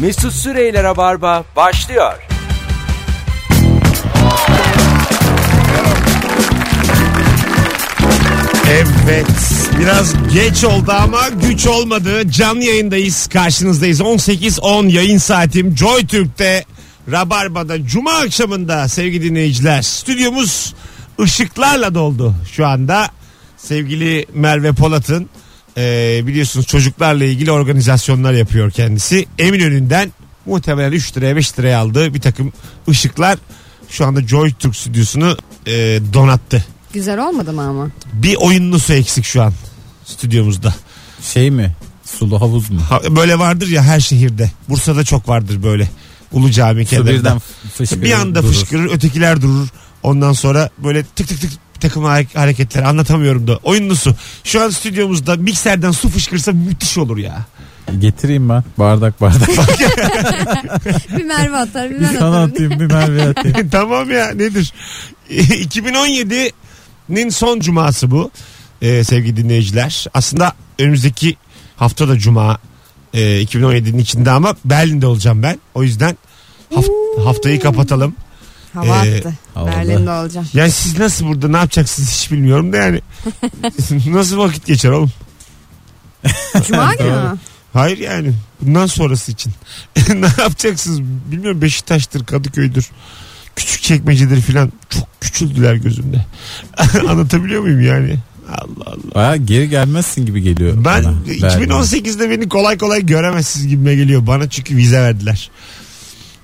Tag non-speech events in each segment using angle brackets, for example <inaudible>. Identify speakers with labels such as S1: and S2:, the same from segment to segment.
S1: Mesut Süreyler'e barba başlıyor.
S2: Evet biraz geç oldu ama güç olmadı. Canlı yayındayız karşınızdayız 18-10 yayın saatim Joy Türk'te Rabarba'da Cuma akşamında sevgili dinleyiciler stüdyomuz ışıklarla doldu şu anda. Sevgili Merve Polat'ın e, biliyorsunuz çocuklarla ilgili organizasyonlar yapıyor kendisi. Eminönü'nden muhtemelen 3 liraya 5 liraya aldığı bir takım ışıklar şu anda Joy Türk stüdyosunu e, donattı.
S3: Güzel olmadı mı ama?
S2: Bir oyunlu su eksik şu an stüdyomuzda.
S4: Şey mi? Sulu havuz mu?
S2: Ha- Böyle vardır ya her şehirde. Bursa'da çok vardır böyle. Ulu cami
S4: Su
S2: kenarında.
S4: birden fışkırır.
S2: Bir anda
S4: durur.
S2: fışkırır ötekiler durur. Ondan sonra böyle tık tık tık takım hare- hareketleri anlatamıyorum da. Oyunlu su. Şu an stüdyomuzda mikserden su fışkırsa müthiş olur ya.
S4: Getireyim ben. Bardak bardak.
S3: bir Merve atar bir
S4: bir
S3: ben
S4: sana
S3: atarım.
S4: atayım bir Merve atayım.
S2: tamam ya <laughs> nedir? <laughs> 2017'nin son cuması bu Ee, sevgili dinleyiciler. Aslında önümüzdeki hafta da cuma e, 2017'nin içinde ama Berlin'de olacağım ben. O yüzden haft- haftayı kapatalım.
S3: Hava
S2: Ee,
S3: attı.
S4: havada.
S3: Berlin'de
S2: <laughs>
S3: olacağım.
S2: Yani siz nasıl burada ne yapacaksınız hiç bilmiyorum da yani nasıl vakit geçer oğlum?
S3: Cuma günü mü?
S2: Hayır yani bundan sonrası için <laughs> ne yapacaksınız bilmiyorum Beşiktaş'tır Kadıköy'dür küçük çekmecedir filan çok küçüldüler gözümde <laughs> anlatabiliyor muyum yani Allah Allah
S4: Baya geri gelmezsin gibi geliyor
S2: ben
S4: bana. Berlin.
S2: 2018'de beni kolay kolay göremezsiniz gibime geliyor bana çünkü vize verdiler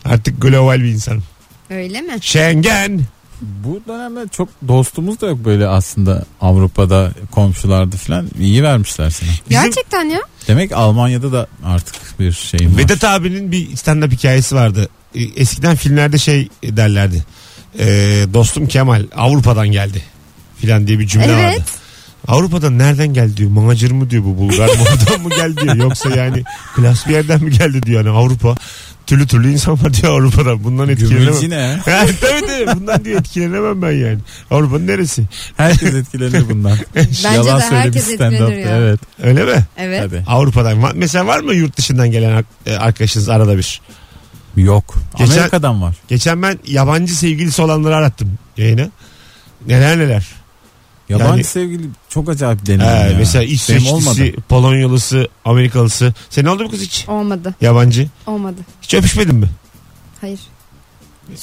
S2: artık global bir insanım
S3: Öyle mi?
S2: Schengen
S4: Bu dönemde çok dostumuz da yok böyle aslında Avrupa'da komşularda falan iyi vermişler sana.
S2: Bizim-
S3: Gerçekten ya.
S4: Demek Almanya'da da artık bir şey var.
S2: Vedat abinin bir stand-up hikayesi vardı. E, Eskiden filmlerde şey derlerdi. E, dostum Kemal Avrupa'dan geldi filan diye bir cümle vardı.
S3: Evet.
S2: Avrupa'dan nereden geldi diyor. Macır mı diyor bu Bulgar mı oradan mı geldi diyor. Yoksa yani klas bir yerden mi geldi diyor. Yani Avrupa türlü türlü insan var diyor Avrupa'dan. Bundan etkilenemem.
S4: Gümrücü ne?
S2: <laughs> Ha, tabii tabii bundan diyor etkilenemem ben yani. Avrupa'nın neresi?
S4: Herkes etkilenir
S2: <laughs>
S4: bundan.
S3: Bence
S4: Yalan
S3: de
S4: söyle bir
S3: herkes
S4: stand-up'ta,
S3: etkilenir ya.
S4: Evet.
S2: Öyle mi?
S3: Evet.
S4: Tabii.
S2: Avrupa'dan. var- Mesela var mı yurt dışından gelen ar- e, arkadaşınız arada bir?
S4: Yok.
S2: Geçen-
S4: Amerika'dan var.
S2: Geçen ben yabancı sevgilisi olanları arattım yayına. Neler neler.
S4: Yabancı
S2: Yani-
S4: sevgili çok acayip
S2: Ee,
S4: deneyim ya.
S2: Mesela
S4: Benim olmadı.
S2: İsveçlisi, Polonyalısı, Amerikalısı. Sen oldu mu kız hiç?
S3: Olmadı.
S2: Yabancı.
S3: Olmadı.
S2: Hiç öpüşmedin mi?
S3: Hayır.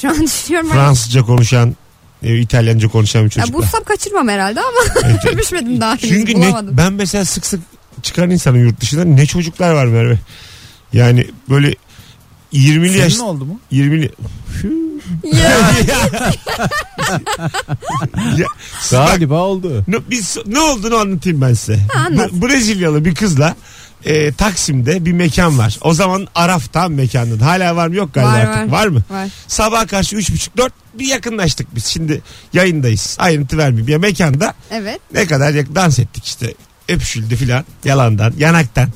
S3: Şu an <laughs> düşünüyorum. ama-
S2: Fransızca konuşan, e, İtalyanca konuşan bir
S3: Ya
S2: çocukla.
S3: bulsam kaçırmam herhalde
S2: <laughs>
S3: ama görüşmedim daha henüz
S2: Çünkü ne, <laughs>
S3: bulamadım.
S2: ben mesela sık sık çıkan insanım yurt dışında. Ne çocuklar var Merve. Yani böyle 20'li
S4: Senin
S2: yaş...
S4: oldu mu?
S2: 20'li...
S3: Ya,
S2: Ya, bak, <laughs>
S4: Galiba oldu.
S2: Ne, biz, ne olduğunu anlatayım ben size.
S3: anlat.
S2: Bre- Brezilyalı bir kızla e, Taksim'de bir mekan var. O zaman Araf tam mekanın. Hala var mı yok galiba
S3: Var,
S2: artık.
S3: var.
S2: Var mı?
S3: Var.
S2: Sabah karşı 3.30-4 bir yakınlaştık biz. Şimdi yayındayız. Ayrıntı vermeyeyim. Ya mekanda
S3: Evet.
S2: ne kadar yak- dans ettik işte. Öpüşüldü filan. Yalandan, yanaktan.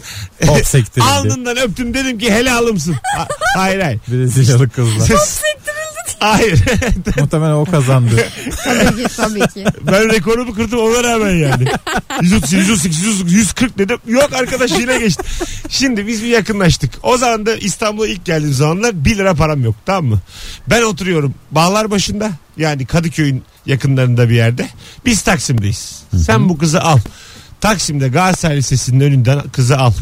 S4: Top sektirildi.
S2: Alnından öptüm dedim ki
S3: <laughs>
S2: helalımsın. Ha- hayır hayır. <laughs>
S4: Brezilyalı kızla.
S2: Ses... Hayır. <laughs>
S4: Muhtemelen o kazandı.
S3: Tabii ki tabii ki.
S2: ben rekorumu kırdım ona rağmen yani. 130, 138, 140, 140 dedim. Yok arkadaş yine geçti. Şimdi biz bir yakınlaştık. O zaman da İstanbul'a ilk geldiğim zamanlar 1 lira param yok tamam mı? Ben oturuyorum bağlar başında yani Kadıköy'ün yakınlarında bir yerde. Biz Taksim'deyiz. Sen bu kızı al. Taksim'de Galatasaray Lisesi'nin önünden kızı al.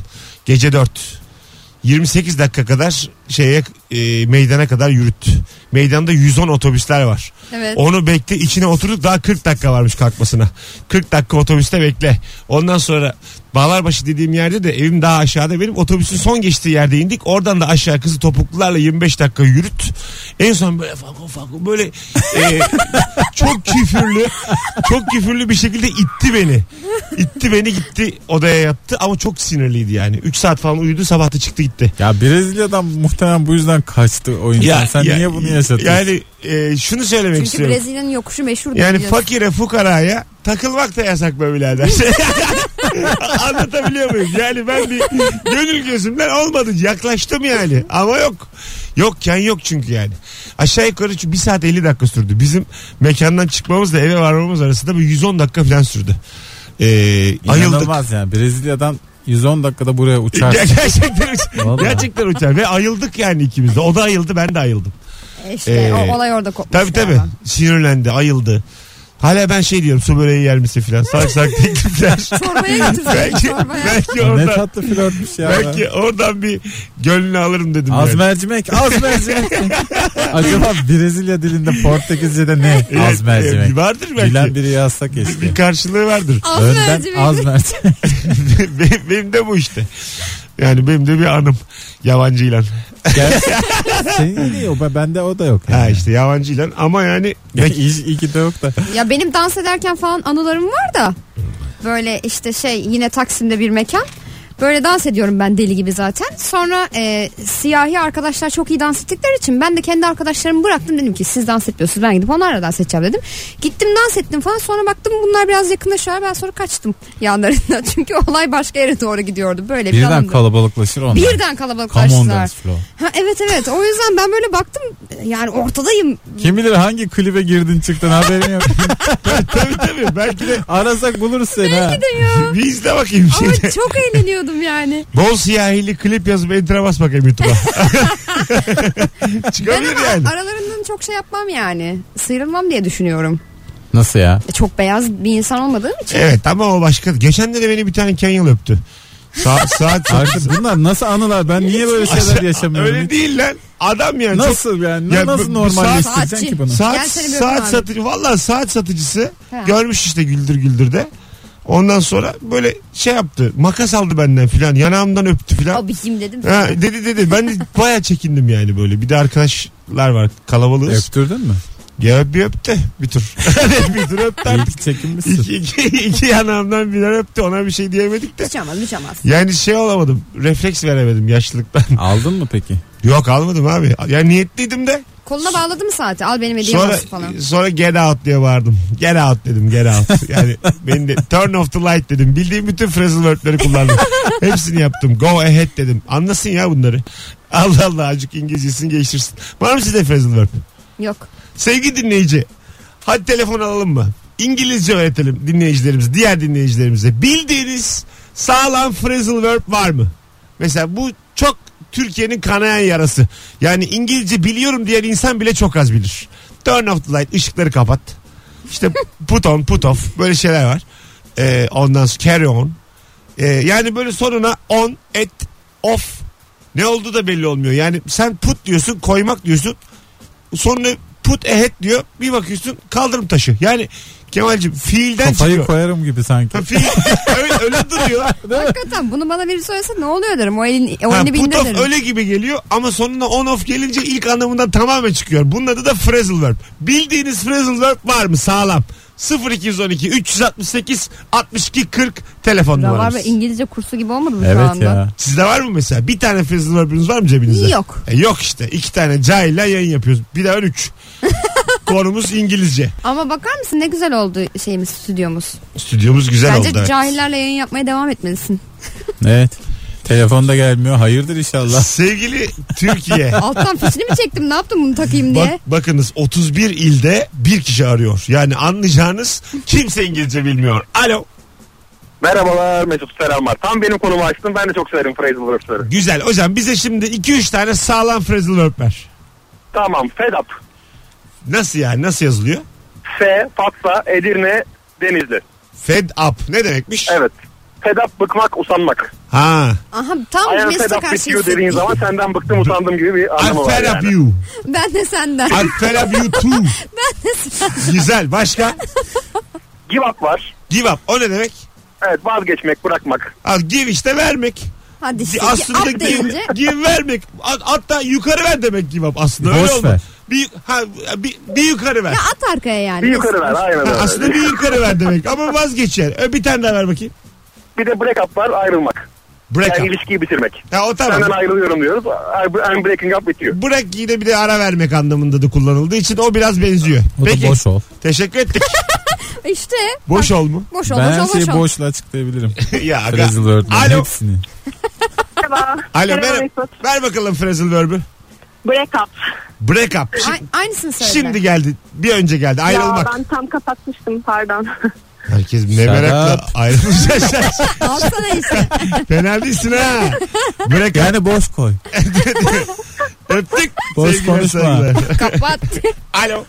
S2: Gece 4. 28 dakika kadar şeye e, meydana kadar yürüt. Meydanda 110 otobüsler var.
S3: Evet.
S2: Onu bekle içine oturduk daha 40 dakika varmış kalkmasına. 40 dakika otobüste bekle. Ondan sonra Bağlarbaşı dediğim yerde de evim daha aşağıda benim otobüsün son geçtiği yerde indik. Oradan da aşağı kızı topuklularla 25 dakika yürüt. En son böyle fako fako böyle e, çok küfürlü çok küfürlü bir şekilde itti beni. İtti beni gitti odaya yattı ama çok sinirliydi yani. 3 saat falan uyudu sabah da çıktı gitti.
S4: Ya Brezilya'dan muhtemelen bu yüzden kaçtı o insan. Sen niye bunu yaşatıyorsun?
S2: Yani e, şunu söylemek
S3: Çünkü
S2: istiyorum.
S3: Brezilya'nın yokuşu meşhur
S2: Yani fakire fukaraya takılmak da yasak be birader. <laughs> Anlatabiliyor muyum? Yani ben bir gönül gözümden olmadı. Yaklaştım yani. Ama yok. Yokken yok çünkü yani. Aşağı yukarı çünkü 1 saat 50 dakika sürdü. Bizim mekandan çıkmamızla eve varmamız arasında bir 110 dakika falan sürdü. Ee, ayıldık.
S4: İnanılmaz yani Brezilya'dan 110 dakikada buraya uçar.
S2: Ger- <laughs> gerçekten uç-
S4: Vallahi.
S2: gerçekten uçar ve ayıldık yani ikimiz de. O da ayıldı ben de ayıldım.
S3: İşte
S2: Ee,
S3: E o olay orada kopmuş.
S2: Tabii tabii.
S3: galiba.
S2: Sinirlendi, ayıldı. Hala ben şey diyorum su böreği yer misin
S3: <laughs>
S2: filan. Sark sark teklifler. <laughs>
S3: Çorbaya götürseydik
S2: belki,
S3: çorbaya.
S2: belki
S4: Ya Ne
S2: oradan,
S4: tatlı flörtmüş ya.
S2: belki oradan bir gönlünü alırım dedim.
S4: Az
S2: yani.
S4: mercimek,
S2: <laughs>
S4: az mercimek. Acaba Brezilya dilinde Portekizce'de ne?
S2: Evet,
S4: Az
S2: e,
S4: mercimek.
S2: Vardır belki.
S4: Bilen biri yazsa
S2: <laughs>
S4: keşke.
S2: Bir karşılığı vardır.
S3: Az
S4: Önden
S3: mercimek.
S4: az mercimek.
S2: benim, benim de bu işte. Yani benim de bir anım. Yabancıyla.
S4: Gel. Senin iyi o ben- bende o da yok.
S2: Ha işte yabancıyla ama yani e,
S4: Ya iyi, iyi ki de yok da.
S3: Ya benim dans ederken falan anılarım var da. Böyle işte şey yine Taksim'de bir mekan. Böyle dans ediyorum ben deli gibi zaten. Sonra e, siyahi arkadaşlar çok iyi dans ettikleri için ben de kendi arkadaşlarımı bıraktım. Dedim ki siz dans etmiyorsunuz ben gidip onlarla dans edeceğim dedim. Gittim dans ettim falan sonra baktım bunlar biraz yakınlaşıyor. Ben sonra kaçtım yanlarından. <laughs> Çünkü olay başka yere doğru gidiyordu. Böyle bir
S4: Birden
S3: anımdı.
S4: kalabalıklaşır onlar.
S3: Birden
S4: Come on
S3: kalabalıklaştılar.
S4: dance floor.
S3: Ha, evet evet o yüzden ben böyle baktım yani
S4: <laughs>
S3: ortadayım.
S4: Kim bilir hangi klibe girdin çıktın haberin yok.
S2: tabii tabii belki de
S4: <laughs> Arasak buluruz seni ha.
S2: bir izle bakayım
S4: şey
S3: Ama
S2: şimdi.
S3: çok eğleniyordum yani.
S2: Bol siyahili klip yazıp enter'e bas bakayım
S3: <laughs>
S2: YouTube'a.
S3: Ben
S2: Çıkabilir
S3: ama
S2: yani.
S3: aralarından çok şey yapmam yani. Sıyrılmam diye düşünüyorum.
S4: Nasıl ya?
S3: E, Çok beyaz bir insan olmadığım için.
S2: Evet ama o başka. Geçen de beni bir tane Kenyalı öptü. Sa saat
S4: Arkadaş bunlar nasıl anılar? Ben niye böyle şeyler yaşamıyorum?
S2: Öyle
S4: hiç?
S2: değil lan. Adam yani. çok-
S4: Nasıl yani?
S2: Ya bu-
S4: nasıl
S2: bu
S4: normalleştireceksin
S3: saat-
S4: ki bunu?
S2: Saat,
S3: Gel seni bir öpeyim
S2: saat
S3: abi.
S2: satıcı. Valla saat satıcısı
S3: Ha.
S2: görmüş işte güldür güldür de. Ondan sonra böyle şey yaptı. Makas aldı benden filan. Yanağımdan öptü filan.
S3: Abicim dedim.
S2: Ha, dedi dedi. Ben de baya çekindim yani böyle. Bir de arkadaşlar var kalabalığız.
S4: Öptürdün
S2: <laughs>
S4: mü?
S2: Ya bir öptü. Bir tur.
S4: <laughs>
S2: <laughs> bir tur öptü
S4: İyi
S2: artık.
S4: ki çekinmişsin.
S2: İki, <laughs> iki, iki yanağımdan birer öptü. Ona bir şey diyemedik de.
S3: Hiç olmaz hiç olmaz.
S2: Yani şey olamadım. Refleks veremedim yaşlılıktan.
S4: Aldın mı peki?
S2: Yok almadım abi. Ya niyetliydim de.
S3: Koluna bağladı mı saati? Al benim hediyem
S2: Sonra <laughs>
S3: olsun falan.
S2: sonra get out diye bağırdım. Get out dedim get
S3: <laughs>
S2: out. Yani beni de turn off the light dedim. Bildiğim bütün phrasal word'leri kullandım.
S3: <laughs>
S2: Hepsini yaptım. Go ahead dedim. Anlasın ya bunları. Allah Allah acık İngilizcesini geliştirsin. Var mı sizde phrasal word?
S3: Yok.
S2: Sevgili dinleyici. Hadi telefon alalım mı? İngilizce öğretelim dinleyicilerimiz, diğer dinleyicilerimize. Bildiğiniz sağlam phrasal verb var mı? Mesela bu çok Türkiye'nin kanayan yarası. Yani İngilizce biliyorum diyen insan bile çok az bilir. Turn off the light, ışıkları kapat. İşte put on, put off böyle şeyler var. Ee, ondan sonra carry on. Ee, yani böyle sonuna on, et, off. Ne olduğu da belli olmuyor. Yani sen put diyorsun, koymak diyorsun. Sonra put ahead diyor. Bir bakıyorsun kaldırım taşı. Yani Kemal'cim fiilden
S4: Kafayı
S2: çıkıyor.
S4: koyarım gibi sanki.
S2: Ha, fiil, <laughs> öyle, öyle duruyor.
S3: Hakikaten bunu bana biri söylese ne oluyor derim. O elin, o
S2: Ha,
S3: elini
S2: put
S3: bindir
S2: off
S3: derim.
S2: öyle gibi geliyor ama sonuna on off gelince ilk anlamından tamamen çıkıyor. Bunun adı da phrasal verb. Bildiğiniz phrasal verb var mı sağlam? 0212 368 62 40 telefon
S3: Rabar
S2: numaramız.
S3: ve İngilizce kursu gibi olmadı mı şu
S4: Evet
S3: anda?
S4: ya.
S2: Sizde var mı mesela? Bir tane phrasal verbiniz var mı cebinizde?
S3: Yok.
S2: E, yok işte. iki tane cahille yayın yapıyoruz. Bir daha
S3: <laughs>
S2: üç. Konumuz İngilizce.
S3: Ama bakar mısın ne güzel oldu şeyimiz stüdyomuz.
S2: Stüdyomuz güzel
S3: Bence
S2: oldu. evet.
S3: cahillerle yayın yapmaya devam etmelisin.
S4: Evet. Telefonda gelmiyor. Hayırdır
S2: <laughs>
S4: inşallah.
S2: Sevgili Türkiye.
S3: Alttan fişini mi çektim ne yaptım bunu takayım
S2: Bak,
S3: diye.
S2: bakınız 31 ilde bir kişi arıyor. Yani anlayacağınız kimse İngilizce bilmiyor. Alo.
S5: Merhabalar Mesut Selamlar. Tam benim konumu açtın. Ben de çok severim phrasal verbs'ları.
S2: Güzel. Hocam bize şimdi 2-3 tane sağlam phrasal verb ver.
S5: Tamam fed up.
S2: Nasıl yani? Nasıl yazılıyor?
S5: F, Fatsa, Edirne, Denizli.
S2: Fed up. Ne demekmiş?
S5: Evet. Fed up bıkmak, usanmak.
S2: Ha.
S3: Aha tam
S5: Ayağım fed
S3: Mesut'a
S5: up with
S3: karşı
S5: you dediğin
S3: hissettim.
S5: zaman senden bıktım usandım gibi bir
S2: I
S5: anlamı var
S2: fed up
S5: yani.
S2: you.
S3: Ben de senden.
S2: I fed up you
S3: <laughs>
S2: too. Güzel. Başka?
S5: Give up var.
S2: Give up. O ne demek?
S5: Evet vazgeçmek, bırakmak.
S2: Ha, give işte vermek.
S3: Hadi işte.
S2: aslında
S3: Aslında
S2: give,
S3: deyince
S2: give vermek. At- Hatta yukarı ver demek give up aslında. Öyle
S4: Boş
S2: olmaz.
S4: ver.
S2: Bir, ha, bir, bir yukarı ver.
S3: ya at arkaya yani.
S5: Bir yukarı ver aynen
S2: Ha,
S5: öyle.
S2: aslında bir yukarı ver demek ama vazgeç yani. Ö, Bir tane daha ver bakayım.
S5: Bir de break up var ayrılmak.
S2: Break
S5: Yani
S2: up.
S5: ilişkiyi bitirmek.
S2: Ha, o
S5: Senden
S2: tamam.
S5: ayrılıyorum diyoruz. I- I'm breaking up with you.
S2: Break yine bir de ara vermek anlamında da kullanıldığı için o biraz benziyor.
S4: O da
S2: Peki.
S4: boş ol.
S2: Teşekkür ettik.
S3: İşte.
S2: boş ol mu? <laughs>
S3: Boş ol
S4: Ben her
S3: boş ol
S4: şeyi
S3: boş ol.
S4: boşla açıklayabilirim.
S2: ya aga.
S4: Brazil World'un
S2: Alo.
S4: hepsini.
S6: Merhaba.
S2: Alo
S6: Merhaba
S2: ver,
S6: Mesut.
S2: ver bakalım phrasal verb'ü.
S6: Break up.
S2: Break up. Şi-
S3: A- aynısını söyle.
S2: Şimdi geldi. Bir önce geldi.
S6: Ya
S2: Ayrılmak.
S6: ben tam kapatmıştım pardon. <laughs>
S2: Herkes ne
S4: Serap.
S2: merakla ayrılmış yaşlar.
S4: <laughs>
S3: Alsana işte.
S2: Fena değilsin ha. Bırak
S4: Yani boş koy.
S2: öptük.
S4: Boş
S2: Sevgiler,
S4: konuşma.
S2: saygılar.
S3: Kapat.
S2: Alo.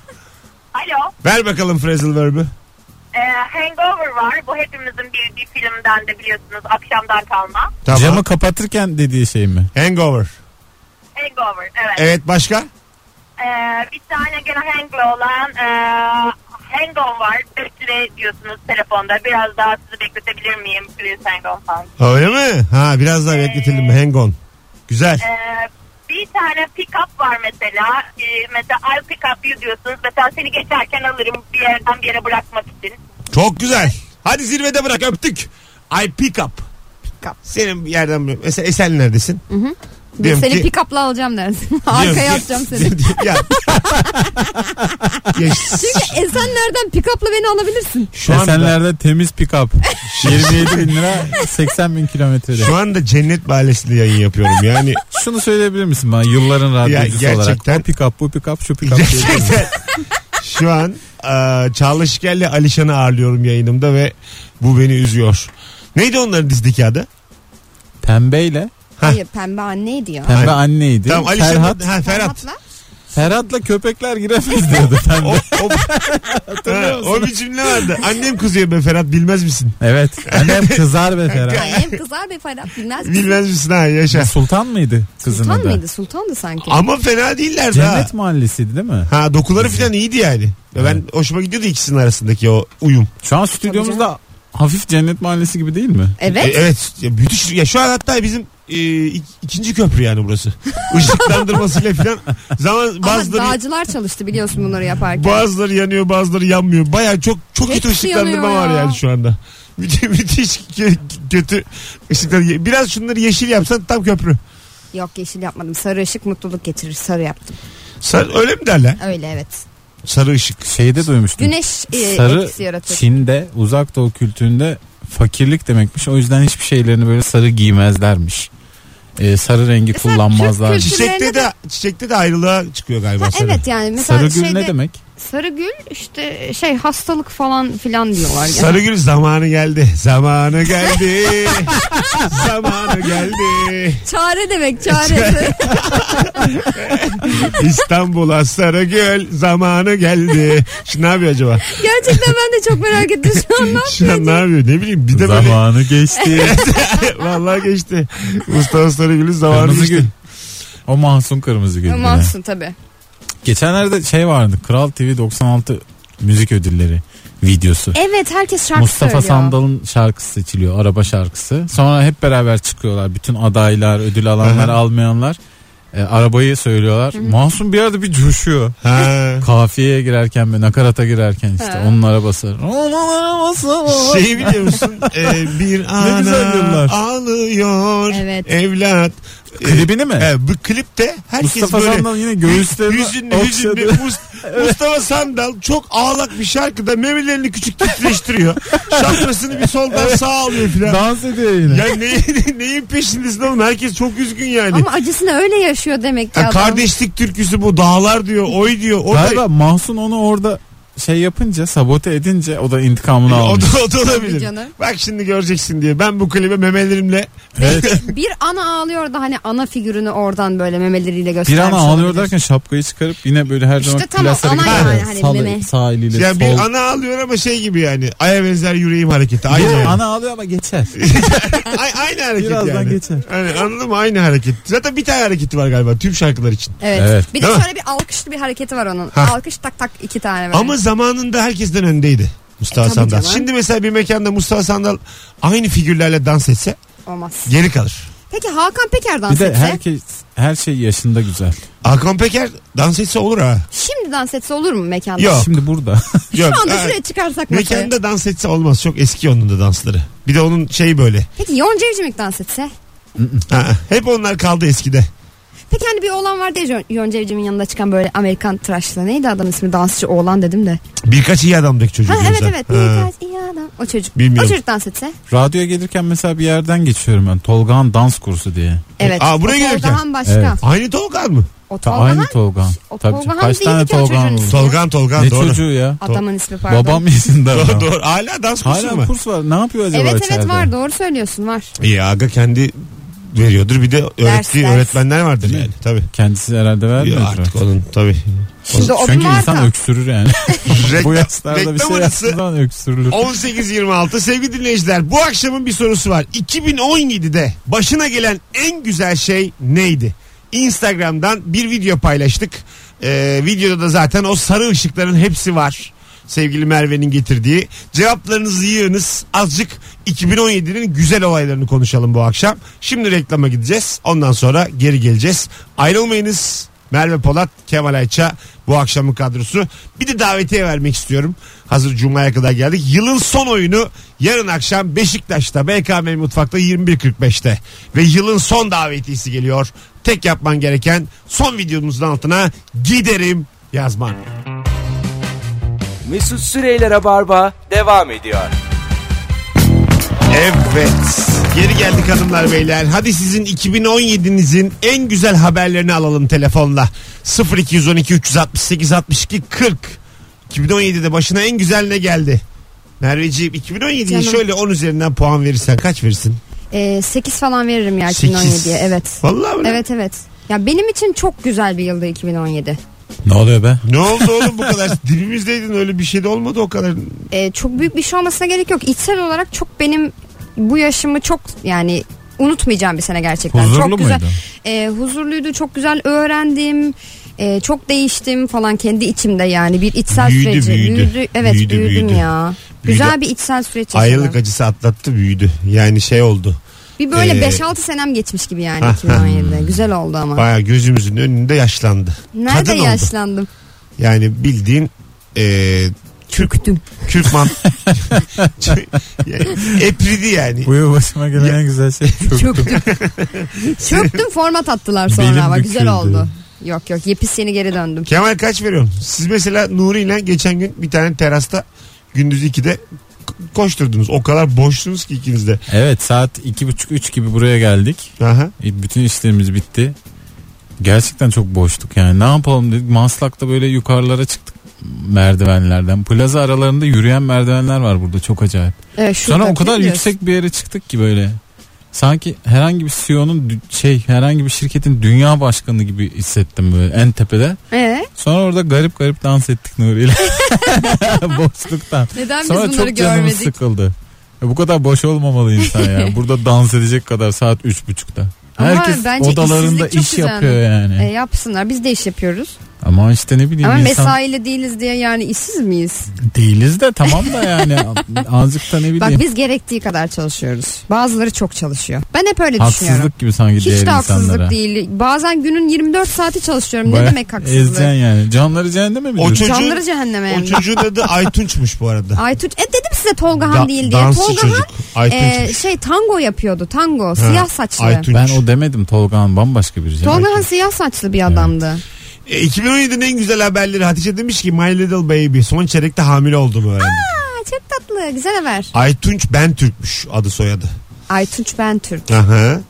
S6: Alo.
S2: Ver bakalım phrasal verb'i.
S6: Ee, hangover var. Bu hepimizin bildiği filmden de biliyorsunuz akşamdan kalma.
S2: Tamam.
S4: Camı kapatırken dediği şey mi?
S2: Hangover.
S6: Hangover evet.
S2: Evet başka?
S6: Ee, bir tane gene hangla olan e, hangom var. Bekle diyorsunuz telefonda. Biraz daha sizi bekletebilir miyim? Please hang on falan.
S2: Öyle mi? Ha biraz daha bekletelim. Hang on. Güzel.
S6: Ee, bir tane pick up var mesela. Ee, mesela I'll pick up you diyorsunuz. Mesela seni geçerken alırım bir yerden bir yere bırakmak için.
S2: Çok güzel. Hadi zirvede bırak öptük. I pick up. Senin bir yerden bir- mesela Esen neredesin? Hı hı.
S3: seni pick up'la alacağım dersin. Arkaya atacağım seni.
S2: <laughs> ya. Ya
S3: Çünkü
S4: <laughs>
S3: e, sen nereden pick up'la beni alabilirsin?
S2: şu anda,
S4: Esenler'de temiz
S2: <laughs>
S4: pick-up. 27 bin lira 80 bin kilometrede.
S2: şu anda Cennet Mahallesi'nde yayın yapıyorum. <laughs> Yani
S4: Şunu söyleyebilir misin bana yılların radyocusu
S2: Ya, gerçekten-
S4: olarak? O pick-up bu pick-up şu pick-up. diyebilir misin?
S2: gerçekten şu an e, Çağla Şikel'le Alişan'ı ağırlıyorum yayınımda ve bu beni üzüyor. Neydi onların dizdeki adı?
S4: Pembeyle.
S3: Hayır pembe anneydi ya.
S4: Pembe
S2: Ay-
S4: anneydi.
S2: Tamam Alişan
S4: Ferhat.
S2: Ha, Ferhat.
S3: Ferhat'la.
S4: Ferhat'la köpekler giremez diyordu
S2: <laughs> O,
S4: pembe.
S3: <laughs>
S2: o, ha, o bir cümle vardı. Annem kızıyor be Ferhat bilmez misin?
S4: evet. Annem kızar be Ferhat.
S3: Hem kızar bir Ferhat bilmez.
S2: Bilmez misin ha yaşa.
S4: Sultan mıydı kızın
S3: Sultan
S4: adı?
S3: mıydı? Sultandı sanki.
S2: Ama fena değillerdi ha.
S4: Cennet mahallesiydi değil mi?
S2: Ha dokuları falan iyiydi yani. Ve ben hoşuma gidiyordu ikisinin arasındaki o uyum.
S4: Şu an stüdyomuzda hafif cennet mahallesi gibi değil mi?
S3: Evet.
S2: E, evet. Ya, müthiş. Ya şu an hatta bizim e, ik- ikinci köprü yani
S3: <laughs>
S2: burası. Işıklandırmasıyla falan zaman
S3: Ama
S2: bazıları
S3: dağcılar çalıştı biliyorsun bunları yaparken.
S2: bazıları yanıyor, bazıları yanmıyor. Baya çok çok kötü
S3: Hepsi
S2: ışıklandırma
S3: yanıyor
S2: var
S3: ya.
S2: yani şu anda. <laughs> Müthiş, müthiş kö- kötü ışıklandırma. Biraz şunları yeşil yapsan tam köprü.
S3: Yok yeşil yapmadım. Sarı ışık mutluluk getirir. Sarı yaptım.
S2: Sarı, öyle mi derler?
S3: Öyle evet.
S2: Sarı ışık.
S4: Şeyde duymuştum.
S3: Güneş e,
S4: sarı
S3: etkisi yaratır.
S4: Çin'de uzak doğu kültüründe fakirlik demekmiş. O yüzden hiçbir şeylerini böyle sarı giymezlermiş. Ee, sarı rengi
S3: Mesela Türk
S4: kullanmazlarmış.
S3: kültürü-
S2: Çiçekte
S3: Türlerine
S2: de çiçekte de ayrılığa çıkıyor galiba
S3: Ha,
S2: sarı.
S3: evet yani mesela
S4: Sarı gül
S3: şeyde,
S4: ne demek?
S3: Sarı gül işte şey hastalık falan filan diyorlar. Yani.
S2: Sarıgül zamanı geldi. Zamanı geldi. <laughs> zamanı geldi.
S3: Çare demek çare.
S2: İstanbul'a Sarıgül zamanı geldi. Şimdi ne yapıyor acaba?
S3: Gerçekten ben de çok merak ettim şu an.
S2: Şu an ne yapıyor? Ne bileyim. Bir de böyle
S4: geçti.
S2: <laughs> vallahi geçti. Mustafa Sarıgül'ün zamanı
S4: kırmızı
S2: geçti.
S4: gül. O masum kırmızı gül.
S3: Mahsun tabii.
S4: Geçenlerde şey vardı. Kral TV 96 müzik ödülleri videosu.
S3: Evet herkes şarkı
S4: Mustafa
S3: E, söylüyor.
S4: Sandal'ın şarkısı seçiliyor. Araba şarkısı. Sonra hep beraber çıkıyorlar. Bütün adaylar, ödül alanlar,
S2: Aha.
S4: almayanlar. E, arabayı söylüyorlar. Masum bir yerde bir coşuyor.
S3: <laughs>
S2: Ha.
S4: Kafiyeye girerken ve nakarata girerken işte
S3: Ha.
S4: onun arabası. Onun arabası.
S2: Şeyi biliyor musun? Ee, bir
S4: güzel
S2: ana
S4: yıllar.
S2: ağlıyor
S3: Evet.
S2: evlat. Ee,
S4: Klibini mi?
S2: e, bu klipte herkes
S4: Mustafa
S2: böyle
S4: Sandal yine göğüslerini
S2: Hüzünlü
S4: okşadı.
S2: hüzünlü
S4: <laughs>
S2: Mus- Mustafa Sandal çok ağlak bir şarkıda memelerini küçük
S4: <laughs>
S2: titreştiriyor. Şapkasını bir soldan sağa alıyor filan.
S4: Dans ediyor yine.
S2: Ya neyin, neyin <laughs> peşindesin oğlum? Herkes çok üzgün yani.
S3: Ama acısını öyle yaşıyor demek ki
S2: Ya
S3: adam.
S2: kardeşlik türküsü bu dağlar diyor oy diyor. O da, <laughs>
S4: Galiba Mahsun onu orada şey yapınca sabote edince E, o da intikamını
S2: o
S4: <laughs> almış.
S2: da, o da
S3: Tabii
S2: olabilir.
S3: canım.
S2: Bak şimdi göreceksin diye. Ben bu klibe memelerimle
S4: Evet.
S3: Bir ana ağlıyor da hani ana figürünü oradan böyle memeleriyle
S4: Bir
S3: göstermiş
S4: an ağlıyor
S3: olabilir.
S4: derken şapkayı çıkarıp yine böyle her
S3: İşte
S4: zaman
S3: tamam,
S4: plasere
S3: ana
S4: gider
S3: yani
S4: ya.
S3: hani
S4: Sağ-
S3: meme.
S4: sağ eliyle
S2: yani
S4: sol.
S2: bir ana ağlıyor ama şey gibi yani. Aya benzer yüreğim hareketi. Aynı,
S4: Yok,
S2: yani.
S4: ana ağlıyor ama geçer.
S2: A- aynı hareket
S4: Birazdan
S2: yani.
S4: geçer.
S2: Yani anladın mı? Aynı hareket. Zaten bir tane hareketi var galiba tüm şarkılar için.
S3: Evet.
S4: Evet.
S3: Bir de
S2: Değil mi?
S3: şöyle bir alkışlı bir hareketi var onun.
S2: Ha.
S3: Alkış tak tak iki tane böyle.
S2: Ama zamanında herkesten öndeydi Mustafa
S3: E, tabii
S2: Sandal.
S3: canım.
S2: Şimdi mesela bir mekanda Mustafa Sandal aynı figürlerle dans etse
S3: Olmaz.
S2: geri kalır.
S3: Peki Hakan Peker dans
S4: bir de
S3: etse.
S4: herkes her şey yaşında güzel.
S2: Hakan Peker dans etse olur ha.
S3: Şimdi dans etse olur mu mekanda?
S2: Yok.
S4: Şimdi burada. <laughs>
S2: Yok.
S3: Şu anda
S2: ha.
S3: şuraya çıkarsak masaya.
S2: Mekanda dans etse olmaz. Çok eski onun da dansları. Bir de onun şey böyle.
S3: Peki Yonca Evcimik dans etse?
S2: Ha, hep onlar kaldı eskide.
S3: Peki hani bir oğlan vardı ya Yonca Evcimik'in yanında çıkan böyle Amerikan tıraşlı. Neydi adamın ismi? Dansçı oğlan dedim de.
S2: Birkaç iyi adamdaki çocuk.
S3: Ha, evet
S2: diyoruz ha.
S3: evet.
S2: Ha.
S3: Birkaç iyi adam. O çocuk.
S2: Bilmiyorum.
S3: O çocuk dans etse.
S4: Radyoya gelirken mesela bir yerden geçiyorum ben. Tolgağan dans kursu diye.
S3: Evet.
S2: Aa, buraya
S3: O
S2: gelirken.
S3: Tolgahan başka.
S4: Evet.
S2: Aynı Tolga mı?
S3: O
S4: Ta-
S3: Tolga
S4: aynı
S3: Han-
S4: Tolgahan.
S3: O
S4: Tabii
S3: Tolgahan
S4: kaç tane
S3: değildi ki o
S4: Tolgahan
S3: çocuğun
S4: olur?
S3: ismi.
S2: Tolgan Tolgan
S4: Ne
S2: doğru.
S4: çocuğu ya?
S3: Adamın ismi pardon.
S4: Babam
S2: <laughs>
S4: yaşında
S2: Doğru,
S4: adam.
S2: doğru. Hala dans kursu
S4: Hala
S2: mu?
S4: kurs var. Ne yapıyor acaba
S3: Evet evet
S4: içeride?
S3: var doğru söylüyorsun var.
S2: İyi aga kendi veriyordur. Bir de öğrettiği
S3: ders.
S2: öğretmenler vardır yani. Tabii.
S4: Kendisi herhalde
S2: Ya
S4: vermiyor.
S2: artık onun tabii.
S3: Şimdi o bir
S4: Çünkü insan
S3: marka.
S4: öksürür yani.
S2: <laughs>
S4: Bu
S2: Reklam,
S4: yaşlarda bir
S2: reklam
S4: şey
S2: arası
S4: yaptığı zaman öksürülür.
S2: 18.26 sevgili dinleyiciler bu akşamın bir sorusu var. 2017'de başına gelen en güzel şey neydi? Instagram'dan bir video paylaştık. Ee, videoda da zaten o sarı ışıkların hepsi var. Sevgili Merve'nin getirdiği. Cevaplarınızı yığınız. Azıcık 2017'nin güzel olaylarını konuşalım bu akşam. Şimdi reklama gideceğiz. Ondan sonra geri geleceğiz. Ayrılmayınız. Merve Polat, Kemal Ayça bu akşamın kadrosu. Bir de davetiye vermek istiyorum. Hazır Cuma'ya kadar geldik. Yılın son oyunu yarın akşam Beşiktaş'ta BKM Mutfak'ta 21.45'te. Ve yılın son davetiyesi geliyor. Tek yapman gereken son videomuzun altına giderim yazman.
S1: Mesut Süreyler'e barba devam ediyor.
S2: Evet. Geri geldik hanımlar beyler. Hadi sizin 2017'nizin en güzel haberlerini alalım telefonla. 0212 368 62 40. 2017'de başına en güzel ne geldi? Merveciğim 2017'yi
S3: Canım.
S2: şöyle 10 üzerinden puan verirsen kaç verirsin?
S3: Ee, 8 falan veririm ya
S2: Sekiz.
S3: 2017'ye evet.
S2: Vallahi mi?
S3: Evet evet. Ya benim için çok güzel bir yıldı 2017.
S4: Ne
S2: <laughs>
S4: oluyor be?
S2: Ne oldu oğlum bu
S3: <laughs>
S2: kadar? Dibimizdeydin öyle bir şey de olmadı o kadar.
S3: Ee, çok büyük bir şey olmasına gerek yok. İçsel olarak çok benim bu yaşımı çok yani unutmayacağım bir sene gerçekten.
S4: Huzurlu
S3: çok güzel.
S4: muydu?
S3: Ee, huzurluydu. Çok güzel öğrendim. Ee, çok değiştim falan kendi içimde yani bir içsel
S2: Büyüdü,
S3: süreci.
S2: büyüdü.
S3: Evet
S2: Büyüdü,
S3: büyüdüm
S2: büyüdü.
S3: ya.
S2: Büyüdü.
S3: Güzel bir içsel süreç yaşadım.
S2: Ayrılık acısı atlattı büyüdü. Yani şey oldu.
S3: Bir böyle
S2: Ee,
S3: 5-6 senem geçmiş gibi yani
S2: Ha, ha.
S3: 2017'de. Güzel oldu ama.
S2: Baya gözümüzün önünde yaşlandı.
S3: Nerede
S2: Kadın oldu.
S3: yaşlandım?
S2: Yani bildiğin e, Türk
S3: Küktüm.
S2: Kürtman. <laughs> Epridi yani.
S4: Bu yıl başıma gelen en güzel şey çöktüm.
S3: Çöktüm. <laughs> Çöktüm format attılar sonra
S4: Belim
S3: ama
S4: büküldü.
S3: güzel oldu. Yok yok yepis yeni geri döndüm.
S2: Kemal kaç veriyorsun? Siz mesela Nuri ile geçen gün bir tane terasta gündüz 2'de k- koşturdunuz. O kadar boştunuz ki ikiniz de.
S4: Evet saat iki buçuk üç gibi buraya geldik.
S2: Aha.
S4: E, Bütün işlerimiz bitti. Gerçekten çok boştuk yani. Ne yapalım dedik. Maslak'ta böyle yukarılara çıktık merdivenlerden. Plaza aralarında yürüyen merdivenler var burada çok acayip.
S3: Ee,
S4: Sonra
S3: şurada
S4: o kadar
S3: biliyorsun.
S4: yüksek bir yere çıktık ki böyle. Sanki herhangi bir CEO'nun dü- şey herhangi bir şirketin dünya başkanı gibi hissettim böyle en tepede.
S3: Ee,
S4: Sonra orada garip garip dans ettik Nuri ile. <laughs> Boşluktan.
S3: neden biz
S4: Sonra
S3: bunları
S4: çok canımız
S3: görmedik?
S4: sıkıldı. Ya bu kadar boş olmamalı
S3: <laughs>
S4: insan ya. Burada dans edecek kadar saat üç buçukta.
S3: Ama
S4: Herkes
S3: bence
S4: odalarında
S3: işsizlik çok
S4: iş
S3: güzel.
S4: yapıyor yani.
S3: Ee, yapsınlar biz de iş yapıyoruz.
S4: Ama işte ne bileyim
S3: Ama
S4: insan
S3: mesaili değiliz diye yani işsiz miyiz?
S4: değiliz de tamam da yani <laughs> azıcık da ne bileyim.
S3: Bak biz gerektiği kadar çalışıyoruz. Bazıları çok çalışıyor. Ben hep öyle düşünüyorum.
S4: haksızlık gibi sanki diğer
S3: Hiç de haksızlık
S4: insanlara.
S3: değil. Bazen günün 24 saati çalışıyorum.
S4: Baya
S3: ne demek haksızlık?
S4: Ezeceksin yani. Canları cehenneme mi
S2: O
S4: diyorsun?
S2: çocuk-
S3: Canları cehenneme
S2: O
S3: hem de.
S2: çocuğun adı Aytunç'muş bu arada.
S3: Aytunç. E dedim size Tolga Han
S2: Da-
S3: değil diye.
S2: dansçı
S3: Tolga
S2: çocuk.
S3: Han
S2: Aytunç'muş.
S3: e, şey tango yapıyordu. Tango. Siyah saçlı.
S2: Aytunç.
S4: Ben o demedim Tolga'nın bambaşka bir şey.
S3: Tolga Han siyah saçlı bir adamdı.
S2: E, 2017'nin en güzel haberleri Hatice demiş ki My Little Baby son çeyrekte hamile olduğumu öğrendim.
S3: Aa, çok tatlı. Güzel haber.
S2: Aytunç Ben Türk'müş adı soyadı.
S3: Aytunç Bentürk.
S2: Aha.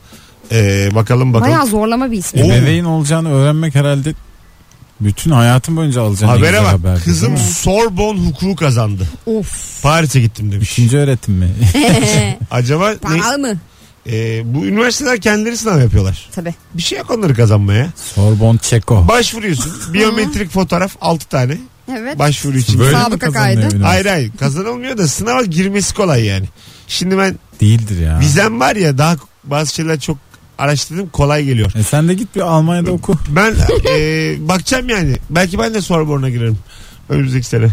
S2: E, bakalım bakalım.
S3: Bayağı zorlama bir isim.
S2: O-
S4: Bebeğin olacağını öğrenmek herhalde bütün hayatım boyunca alacağın en
S2: Habere
S4: güzel
S2: bak.
S4: haberdi,
S2: Kızım
S4: değil mi?
S2: Sorbon hukuku kazandı.
S3: Of.
S2: Paris'e gittim demiş.
S4: İkinci
S3: <laughs>
S4: öğretim mi?
S2: Acaba ne,
S3: Pahalı mı?
S2: e, bu üniversiteler kendileri sınav yapıyorlar.
S3: Tabii.
S2: Bir şey yok onları kazanmaya.
S4: Sorbon
S3: <laughs>
S4: Çeko.
S2: Başvuruyorsun. biyometrik fotoğraf 6 tane.
S3: Evet.
S2: Başvuru için.
S4: Böyle mi
S3: Sabıka
S4: kazanılıyor
S3: kaydı.
S4: üniversite?
S2: Hayır hayır kazanılmıyor da sınava girmesi kolay yani. Şimdi ben
S4: Değildir ya.
S2: vizem var ya daha bazı şeyler çok araştırdım kolay geliyor.
S4: E sen de git bir Almanya'da oku. <laughs>
S2: Ben e, bakacağım yani. Belki ben de Sorborn'a girerim. Önümüzdeki sene.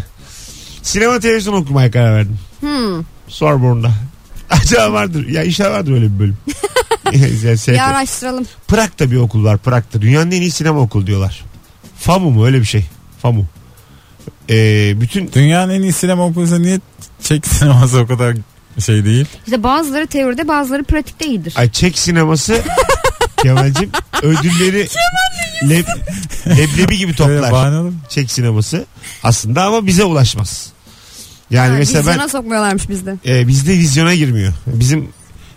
S2: Sinema televizyon okumaya karar verdim.
S3: Hmm.
S2: Sorborn'da. <laughs> Acaba vardır. Ya inşallah vardır öyle bir
S3: <laughs>
S2: bölüm. <laughs> yani şey-
S3: Bir araştıralım.
S2: Prag'da bir okul var Prag'da. Dünyanın en iyi sinema okulu diyorlar. FAMU mu öyle bir şey. FAMU. Ee, bütün
S4: Dünyanın en iyi sinema okuluysa niye Çek sineması o kadar şey değil?
S3: İşte bazıları teoride bazıları pratikte iyidir.
S2: ay Çek
S3: <laughs>
S2: sineması Kemal'cim ödülleri leb, leblebi gibi
S4: Böyle
S2: toplar.
S4: bahane olur mu?
S2: Çek sineması aslında ama bize ulaşmaz. Yani
S3: Ha,
S2: mesela ben
S3: vizyona sokmuyorlarmış bizde.
S2: e, bizde vizyona girmiyor. Bizim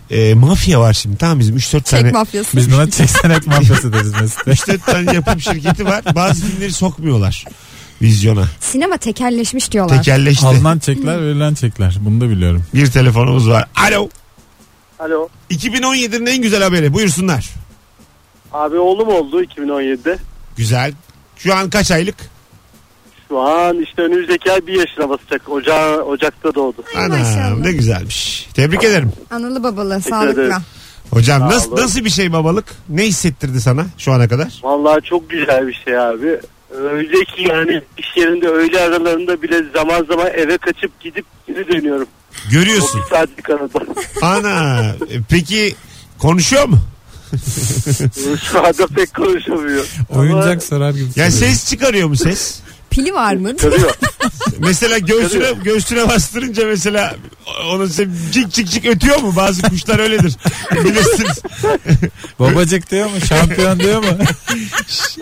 S2: e, mafya var şimdi. Tamam bizim 3-4
S3: Çek
S2: tane
S3: mafyası.
S4: Biz buna çeksenet mafyası deriz mesela.
S2: 3-4 tane yapım şirketi var. Bazı filmleri sokmuyorlar vizyona.
S3: Sinema tekelleşmiş diyorlar.
S2: Tekelleşti.
S4: Alınan çekler verilen çekler. Bunu da biliyorum.
S2: Bir telefonumuz var. Alo.
S7: Alo.
S2: 2017'nin en güzel haberi. Buyursunlar.
S7: Abi oğlum oldu 2017'de.
S2: Güzel. Şu an kaç aylık?
S7: Şu an işte önümüzdeki ay bir yaşına basacak. Ocağı, Ocak'ta doğdu.
S3: Ay
S2: Anam,
S3: maşallah.
S2: ne güzelmiş. Tebrik ederim.
S3: Analı babalı sağlıkla.
S7: ederim.
S2: Hocam
S7: Sağ
S2: nasıl
S7: olun.
S2: nasıl bir şey babalık? Ne hissettirdi sana şu ana kadar?
S7: Vallahi çok güzel bir şey abi. Öyle ki yani iş yerinde öğle aralarında bile zaman zaman eve kaçıp gidip geri dönüyorum.
S2: Görüyorsun.
S7: <laughs> 30 saatlik arada.
S2: Ana. e, Peki konuşuyor mu?
S7: Şu anda pek konuşamıyor.
S4: Oyuncak sarar gibi.
S2: Ya
S4: soruyor.
S2: ses çıkarıyor mu ses?
S3: Pili var mı?
S7: Ama görüyor.
S2: mesela göğsüne göğsüne bastırınca mesela onun ses cik cik cik ötüyor mu? Bazı kuşlar
S7: <laughs>
S2: öyledir. Bilirsiniz.
S4: Babacık diyor mu? Şampiyon diyor
S2: <laughs>
S4: mu?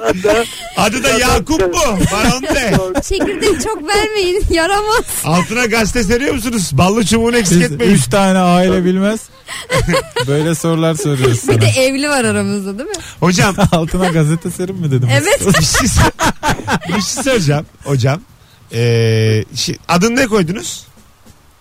S7: Hatta
S2: Adı da Yakup mu? Baron de.
S3: <laughs> Çekirdeği çok vermeyin <laughs> yaramaz.
S2: Altına gazete seriyor musunuz? Ballı çubuğunu eksik
S4: Biz
S2: etmeyin.
S4: üç tane aile bilmez. Böyle sorular soruyoruz
S3: Bir
S4: sana.
S3: de evli var aramızda değil mi?
S2: Hocam
S4: <laughs> Altına gazete serin mi dedim.
S3: Evet.
S2: bir şey, <laughs> bir şey söyleyeceğim. Hocam. Ee, şi- adını ne koydunuz?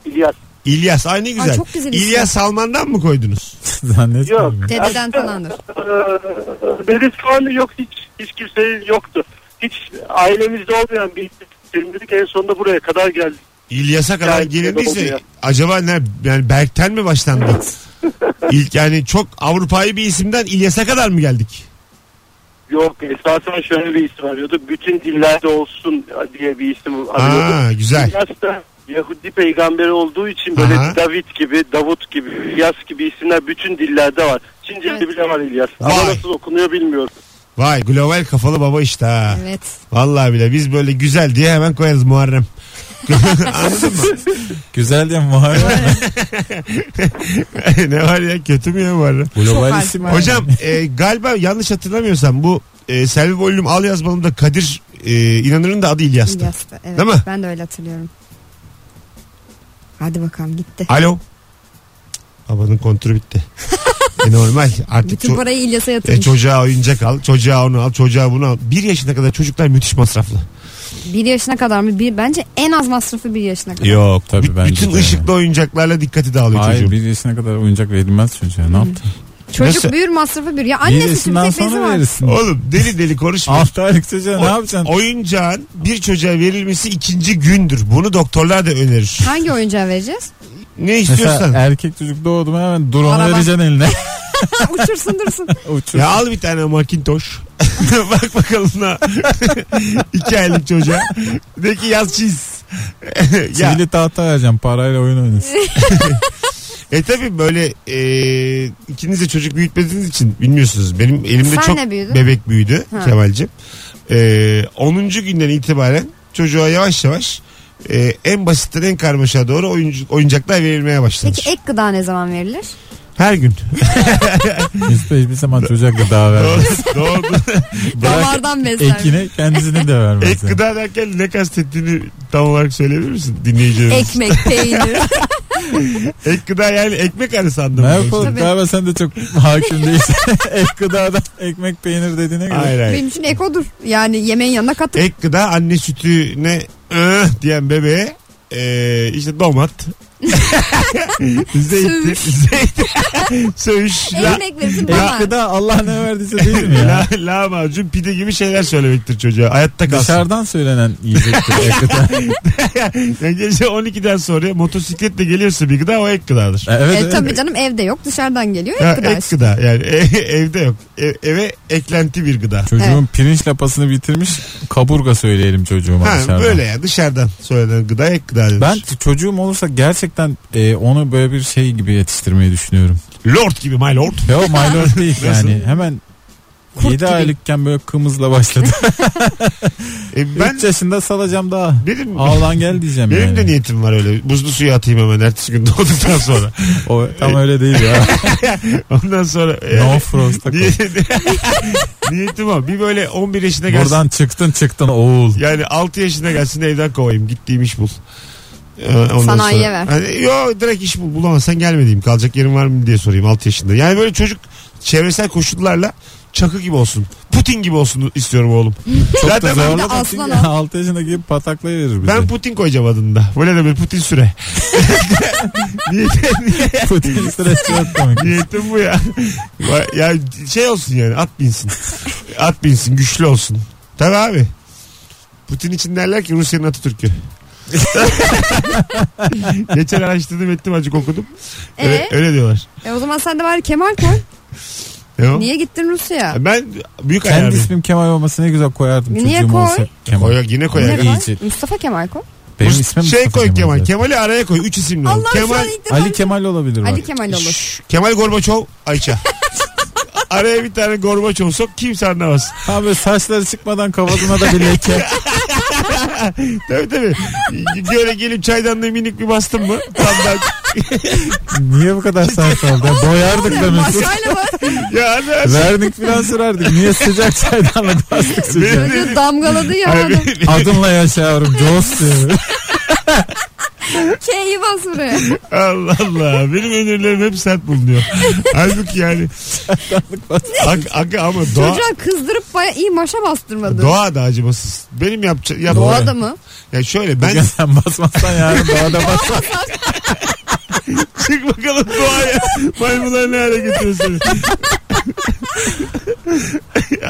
S7: İlyas.
S2: İlyas. Ay ne güzel.
S3: Ay çok güzel isim.
S2: İlyas Salman'dan mı koydunuz?
S4: <laughs> Zannetmiyorum.
S7: Yok.
S3: Dededen falandır.
S7: Ee, Benim şu anda yok hiç. Hiç kimsenin yoktu. Hiç ailemizde olmayan bir dedik en sonunda buraya kadar geldi.
S2: İlyas'a kadar
S7: Yani oldu
S2: gelindiyse
S7: ya.
S2: acaba ne yani Berk'ten mi başlandı? İlk yani çok Avrupa'yı bir isimden İlyas'a kadar mı geldik?
S7: Yok esasen şöyle bir isim arıyordu. Bütün dillerde olsun diye bir isim arıyordu.
S2: Aa güzel.
S7: İlyas da Yahudi peygamberi olduğu için böyle
S2: Aha.
S7: David gibi, Davut gibi, İlyas gibi isimler bütün dillerde var. Çince'de bile var İlyas.
S2: Vay.
S7: Ama nasıl okunuyor bilmiyorum.
S2: Vay global kafalı baba işte ha.
S3: Evet.
S2: Vallahi bile biz böyle güzel diye hemen koyarız Muharrem. Anladın mı?
S4: Güzel diye Muharrem.
S2: <laughs> ne var ya kötü mü ya Muharrem?
S4: Global
S3: Çok
S4: isim.
S3: harika.
S2: Hocam
S4: <laughs>
S2: e, galiba yanlış hatırlamıyorsam bu e, Selvi Boylum al yazmalımda Kadir e, inanırın da adı İlyas'tı.
S3: İlyas'ta. Evet.
S2: Değil mi?
S3: Ben de öyle hatırlıyorum. Hadi bakalım gitti.
S2: Alo. Babanın kontürü bitti. E, normal artık
S3: Bütün
S2: ço-
S3: parayı İlyas'a
S2: e,
S3: yatırmış.
S2: çocuğa oyuncak al, çocuğa onu al, çocuğa bunu al. Bir yaşına kadar çocuklar müthiş masraflı.
S3: Bir yaşına kadar mı? Bir, bence en az masrafı bir yaşına kadar.
S2: Yok
S4: tabii bence
S2: Bütün
S4: de.
S2: ışıklı oyuncaklarla dikkati dağılıyor
S4: Hayır
S2: çocuğun.
S4: bir yaşına kadar oyuncak verilmez çocuğa. Ne yaptın?
S3: Çocuk
S2: Nasıl?
S3: büyür masrafı büyür. Ya
S4: Bir
S3: annesi
S4: yaşından
S3: tümsek bezi
S4: sonra
S3: var.
S4: verirsin.
S2: Oğlum deli deli konuşma.
S4: 6 aylık çocuğa ne yapacaksın?
S2: Oyuncağın bir çocuğa verilmesi ikinci gündür. Bunu doktorlar da önerir.
S3: Hangi oyuncağı vereceğiz?
S2: Ne istiyorsan.
S4: Mesela erkek çocuk doğdu mu hemen drone
S3: Araba.
S2: <laughs>
S4: vereceksin eline.
S3: <laughs> Ha, Uçursun dursun.
S4: Uçur.
S2: Ya al bir tane Macintosh. <laughs> Bak bakalım na. <laughs> İki aylık çocuğa. De ki yaz çiz. <laughs> ya,
S4: Çivili tahta vereceğim parayla
S3: <laughs>
S4: oyun oynasın.
S2: e tabi böyle e, ikiniz de çocuk büyütmediğiniz için bilmiyorsunuz. Benim elimde
S3: Sen
S2: çok
S3: ne büyüdün?
S2: bebek büyüdü
S3: Ha.
S2: Kemal'cim. E, 10. günden itibaren çocuğa yavaş yavaş e, en basitten en karmaşa doğru oyuncu, oyuncaklar verilmeye başlanır.
S3: Peki ek gıda ne zaman verilir?
S2: Her gün.
S4: Biz de hiçbir zaman çocuğa gıda vermez.
S2: <laughs> Doğru.
S4: Bırak
S3: Damardan beslenme.
S4: ekine kendisini de vermez.
S2: <laughs> Ek gıda derken ne kastettiğini tam olarak söyleyebilir misin dinleyicilerimiz?
S3: Ekmek, peynir.
S2: Ek gıda yani ekmek arası
S4: Ne
S2: anlamında.
S4: yapalım?
S3: Tabii.
S4: Galiba sen de çok hakim değilsin. <laughs> ek gıdadan ekmek peynir dediğine göre.
S2: Hayır hayır.
S3: Benim için ek odur. Yani yemeğin yanına katıp
S2: Ek gıda anne sütüne "Ih" diyen bebeğe eee, işte
S3: <laughs>
S2: domat. zeytin.
S3: Sövüş.
S2: Zeytin. <laughs> Söğüş. La,
S3: ekmek verirsin
S4: Ek
S3: bana.
S4: gıda Allah ne verdiyse değil mi ya?
S2: la, lahmacun pide gibi şeyler söylemektir çocuğa. Hayatta kalsın. <laughs>
S4: Dışarıdan söylenen yiyecektir ek gıda.
S3: <laughs>
S2: Yani gece 12'den sonra motosikletle geliyorsa bir gıda o ek gıdadır.
S4: Evet,
S3: E,
S4: evet.
S3: tabii canım evde yok dışarıdan geliyor
S2: Ha,
S3: ek gıda.
S2: ek
S3: işte.
S2: gıda yani e- <laughs> evde yok. E- eve eklenti bir gıda.
S4: Çocuğun pirinç lapasını bitirmiş kaburga söyleyelim çocuğuma
S2: Ha,
S4: dışarıdan.
S2: böyle ya dışarıdan söylenen gıda ek gıda denir.
S4: Ben çocuğum olursa gerçekten e, onu böyle bir şey gibi yetiştirmeyi düşünüyorum.
S2: Lord gibi my lord.
S4: Yo
S3: <laughs>
S4: my lord değil yani. Hemen
S3: Kurt
S4: 7
S3: gibi.
S4: aylıkken böyle kımızla başladı.
S2: E, ben
S4: 3 yaşında salacağım daha.
S2: Benim-
S4: Ağlan gel diyeceğim
S2: Benim
S4: yani.
S2: de niyetim var öyle. Buzlu suya atayım hemen ertesi gün doğduktan
S4: <laughs>
S2: sonra.
S4: O, tam öyle
S2: <laughs>
S4: değil ya.
S2: Ondan sonra yani,
S4: no frost'a koy.
S2: niye- <laughs> niyetim o. Bir böyle 11 yaşına gelsin.
S4: Buradan çıktın çıktın oğul.
S2: Yani 6 yaşına gelsin evden kovayım. Gittiğim iş bul. Ee, ondan
S3: Sanayiye
S2: sonra-
S3: ver.
S2: Hani, yo direkt iş bul. Bulamazsan gelmediğim. Kalacak yerin var mı diye sorayım 6 yaşında. Yani böyle çocuk çevresel koşullarla çakı gibi olsun. Putin gibi olsun istiyorum oğlum. Zaten ben-
S4: Zorla da
S3: Aslan
S4: <laughs> çünkü 6 yaşındaki pataklayıverir bize.
S2: ben
S4: <laughs>
S2: Putin koyacağım adını da. Böyle de bir Putin süre.
S4: Putin sırası yok komik.
S2: Niyetim bu ya. Vay- ya şey olsun yani at binsin. At binsin güçlü olsun. Tabii abi. Putin için derler ki Rusya'nın
S4: <laughs>
S2: Atatürk'ü. Geçen araştırdım ettim acık okudum. Öyle,
S3: Ee?
S2: öyle diyorlar.
S3: E o zaman sen de bari Kemal koy.
S2: Ne o?
S3: Niye gittin Rusya?
S2: Ben büyük
S4: Kendi
S2: ayarlıyım.
S4: ismim Kemal olması ne güzel koyardım.
S3: E, Niye
S4: çocuğum
S3: koy?
S4: olsa Kemal.
S2: Koy, yine koy.
S3: Ne
S4: Ama
S2: yani.
S3: koy?
S4: iyice-
S3: Mustafa Kemal koy.
S4: Benim ismim
S2: şey
S4: Mustafa
S2: koy Kemal.
S4: zaten.
S2: Kemal'i araya koy. Üç isimli. ol.
S3: Allah şu
S2: Kemal,
S3: an ilk defa-
S4: Ali Kemal olabilir bak.
S3: Ali Kemal olur.
S2: Şşş, Kemal Gorbaçov Ayça. <laughs> araya bir tane Gorbaçov sok kimse anlamaz.
S4: Ha böyle saçları çıkmadan kafasına da
S2: <laughs>
S4: bir leke.
S2: Tabii
S3: <laughs>
S2: tabii. Böyle gelip çaydanlığı minik bir bastın mı? Tam ben...
S4: Niye bu kadar saç oldu? ya? Boyardık da Mesut.
S3: Başkayla bak.
S2: ya anne.
S4: Vernik filan sürerdik. Niye sıcak çaydanla bastık sıcak?
S3: Çocuğu damgaladı ya
S2: Ay,
S3: adam.
S2: benim-
S4: Adınla yaşa yavrum. Joss diye.
S3: K'yi bas buraya.
S2: Allah Allah. Benim önerilerim hep sert bulunuyor. Halbuki yani. Ak, ak, ama doğa,
S3: Çocuğa kızdırıp baya iyi maşa bastırmadı.
S2: doğa da acımasız. Benim yapacağım. Yap,
S3: Doğa da mı?
S2: Ya şöyle
S4: Bugün
S2: ben
S4: sen basmazsan yarın doğada bas.
S2: <laughs> çık bakalım doğaya. Maymunlar ne hale getiriyor
S3: <laughs>
S2: seni.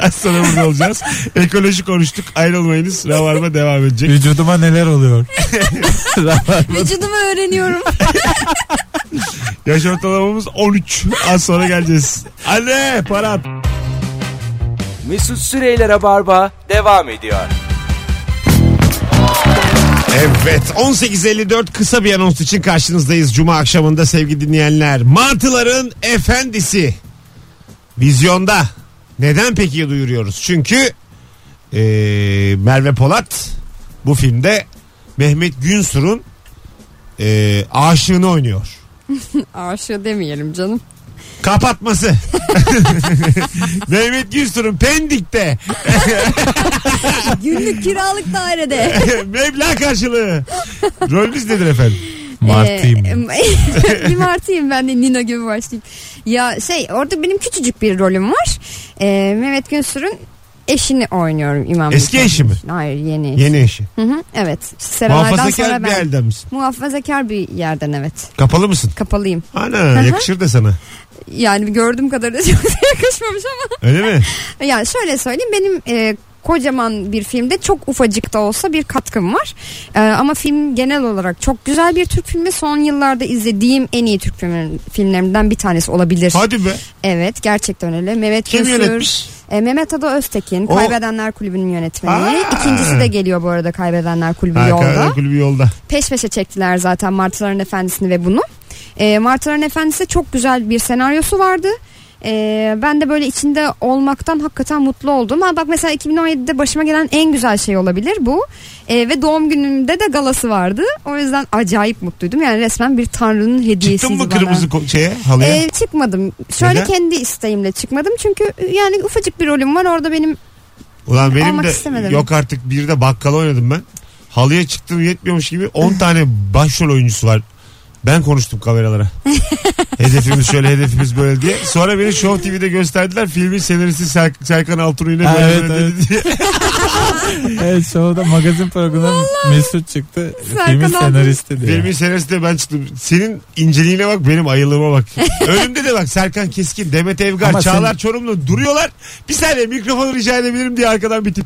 S2: Az sonra burada olacağız. Ekoloji konuştuk. Ayrılmayınız. Ravarma devam edecek.
S4: Vücuduma neler oluyor?
S3: <laughs> Vücudumu öğreniyorum.
S2: Yaş ortalamamız 13. Az sonra geleceğiz. Anne para at.
S1: Mesut Süreyler'e barba devam ediyor.
S2: Evet 18.54 kısa bir anons için karşınızdayız. Cuma akşamında sevgili dinleyenler. Martıların efendisi. Vizyonda. Neden peki duyuruyoruz? Çünkü eee, Merve Polat bu filmde Mehmet Günsur'un eee aşığını oynuyor.
S3: Aşağı demeyelim canım.
S2: Kapatması. <laughs> Mehmet Günsur'un Pendik'te
S3: Günlük kiralık dairede.
S2: <laughs> meblağ karşılığı. Rolünüz nedir efendim?
S4: Martıyım.
S3: Ee, <laughs> bir martıyım ben de Nino gibi başlayayım. Ya şey orada benim küçücük bir rolüm var. Ee, Mehmet Günsür'ün eşini oynuyorum İmam
S2: Eski
S3: Hüseyin.
S2: eşi mi?
S3: Hayır yeni eşi.
S2: Yeni eşi.
S3: Hı hı, evet. Serenay'dan
S2: Muhafazakar
S3: Ee,
S2: bir
S3: sonra ben.
S2: elden misin?
S3: Muhafazakar bir yerden evet.
S2: Kapalı mısın?
S3: Kapalıyım.
S2: Ana
S3: hı.
S2: yakışır da sana.
S3: Yani gördüğüm kadarıyla <laughs> çok da yakışmamış ama.
S2: Öyle mi?
S3: Yani şöyle söyleyeyim benim e, kocaman bir filmde çok ufacık da olsa bir katkım var. E, ama film genel olarak çok güzel bir Türk filmi. Son yıllarda izlediğim en iyi Türk filmi- filmlerinden bir tanesi olabilir.
S2: Hadi be.
S3: Evet gerçekten öyle. Mehmet
S2: Kim
S3: Günsür,
S2: yönetmiş?
S3: e, Mehmet Ada Öztekin,
S2: O-
S3: Kaybedenler Kulübü'nün yönetmeni.
S2: Aa.
S3: İkincisi de geliyor bu arada Kaybedenler Kulübü
S2: Ha,
S3: yolda.
S2: Karadağ Kulübü yolda.
S3: Peş peşe çektiler zaten Martıların Efendisi'ni ve bunu. E, Martıların Efendisi çok güzel bir senaryosu vardı. E, ben de böyle içinde olmaktan hakikaten mutlu oldum. Ha bak mesela 2017'de başıma gelen en güzel şey olabilir bu. E, ve doğum günümde de galası vardı. O yüzden acayip mutluydum. Yani resmen bir tanrının hediyesiydi
S2: Çıktın mı
S3: bana.
S2: kırmızı ko- şeye halıya?
S3: Ee, çıkmadım. Şöyle
S2: Neden?
S3: kendi isteğimle çıkmadım. Çünkü e, yani ufacık bir rolüm var. Orada benim
S2: Ulan benim
S3: almak
S2: de
S3: istemedim.
S2: yok artık bir de bakkala oynadım ben. Halıya çıktım yetmiyormuş gibi 10 tane başrol oyuncusu var. Ben konuştum kameralara.
S3: <laughs>
S2: hedefimiz şöyle hedefimiz böyle diye. Sonra beni Show TV'de gösterdiler. Filmin senaristi Ser- Serkan Altun'u yine
S4: Ha,
S2: böyle
S4: <laughs> evet,
S2: dedi
S4: evet.
S2: diye.
S4: <laughs> Evet şovda magazin programı Mesut çıktı.
S3: Serkan
S4: Filmin
S3: abi.
S4: senaristi diye.
S2: Filmin senaristi de ben çıktım. Senin inceliğine bak benim ayılığıma
S4: <laughs>
S2: bak. Önümde de bak Serkan Keskin, Demet Evgar,
S4: Ama
S2: Çağlar
S4: sen-
S2: Çorumlu duruyorlar. Bir saniye mikrofonu rica edebilirim diye arkadan
S4: <laughs>
S2: bir tip.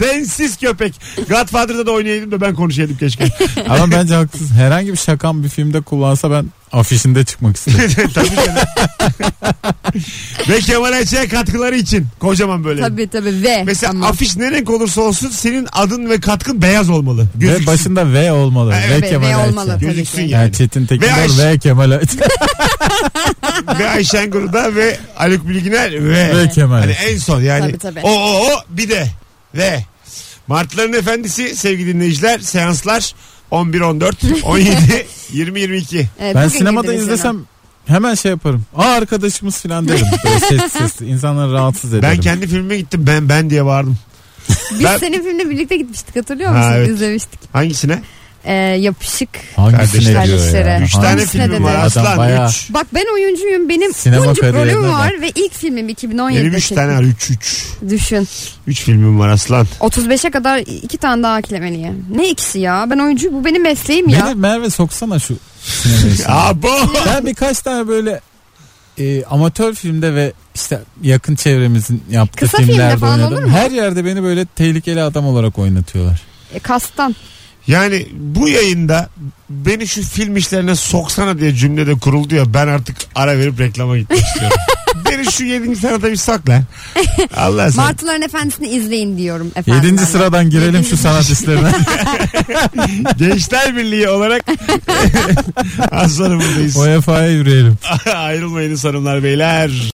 S2: Densiz köpek. Godfather'da da oynayaydım da ben konuşaydım
S4: <laughs>
S2: keşke.
S4: Ama bence haksız. Herhangi bir şakam bir filmde kullansa ben afişinde çıkmak isterim.
S2: Tabii canım. Ve Kemal Ayça'ya katkıları için. Kocaman böyle.
S3: tabii tabii ve
S2: Mesela
S3: ama
S2: afiş ne renk olursa olsun senin adın ve katkın beyaz olmalı.
S4: Ve
S2: <laughs> Gözüksün.
S4: başında V olmalı.
S2: Ha,
S4: v
S2: evet,
S3: ve
S4: Kemal
S3: ve
S4: Ayça.
S3: olmalı tabii
S2: Gözüksün
S3: ki. Ee,
S2: ya.
S4: Yani Çetin
S2: Ve
S4: Tekindor
S2: Ayşe-
S4: ve,
S2: <laughs>
S4: Kemal Ayça.
S2: ve Ayşen Guruda ve Haluk Bilginer ve.
S4: ve Kemal
S2: Hani
S4: Ayça.
S2: en son yani.
S3: Tabii, tabii.
S2: O o o bir de ve Martların Efendisi sevgili dinleyiciler seanslar 11 14
S3: <laughs>
S2: 17 20 22.
S3: e,
S4: Ben
S3: bugün
S4: sinemada
S3: girdiniz
S4: izlesem hemen şey yaparım. Aa arkadaşımız filan derim.
S3: <laughs>
S4: Böyle sesli sesli. İnsanları rahatsız ederim.
S2: Ben kendi filmime gittim ben ben diye bağırdım.
S3: yine. Biz
S2: Ben-
S3: senin filmle birlikte gitmiştik hatırlıyor
S2: Ha,
S3: musun?
S2: evet.
S3: İzlemiştik.
S2: Hangisine?
S3: e, yapışık.
S4: Hangisine
S2: Kardeşler.
S4: diyor ya?
S3: Kardeşlere.
S2: Üç tane
S4: Hangisine
S2: filmim
S4: dedi?
S2: var
S4: Adam
S2: aslan.
S4: bayağı-
S2: Üç.
S3: Bak ben oyuncuyum benim Sinema
S4: Sinema kariyerine
S3: rolüm
S4: bak.
S3: var ve ilk filmim 2017'de
S2: Benim üç
S3: çekildi.
S2: tane var. Üç üç.
S3: Düşün.
S2: Üç filmim var aslan.
S3: 35'e kadar iki tane daha eklemeliyim. Ne ikisi ya? Ben oyuncu bu benim mesleğim
S4: Beni
S3: ya.
S4: Merve soksana şu
S3: <laughs>
S4: sinemaya.
S2: Abo.
S4: ben birkaç tane böyle e, amatör filmde ve işte yakın çevremizin yaptığı
S3: Kısa filmde
S4: filmlerde
S3: falan
S4: oynadım.
S3: olur mu?
S4: Her yerde beni böyle tehlikeli adam olarak oynatıyorlar.
S3: E, kastan.
S2: Yani bu yayında beni şu film işlerine soksana diye cümlede kuruldu ya ben artık ara verip reklama gitmek istiyorum. beni şu 7. sırada bir sakla. Allah sen.
S3: Martıların Efendisi'ni izleyin diyorum efendim.
S4: Yedinci sıradan girelim şu
S3: <laughs>
S4: sanat işlerine.
S2: Gençler Birliği olarak <laughs> az sonra buradayız. <laughs>
S4: UEFA'ya yürüyelim.
S2: Ayrılmayınız hanımlar beyler.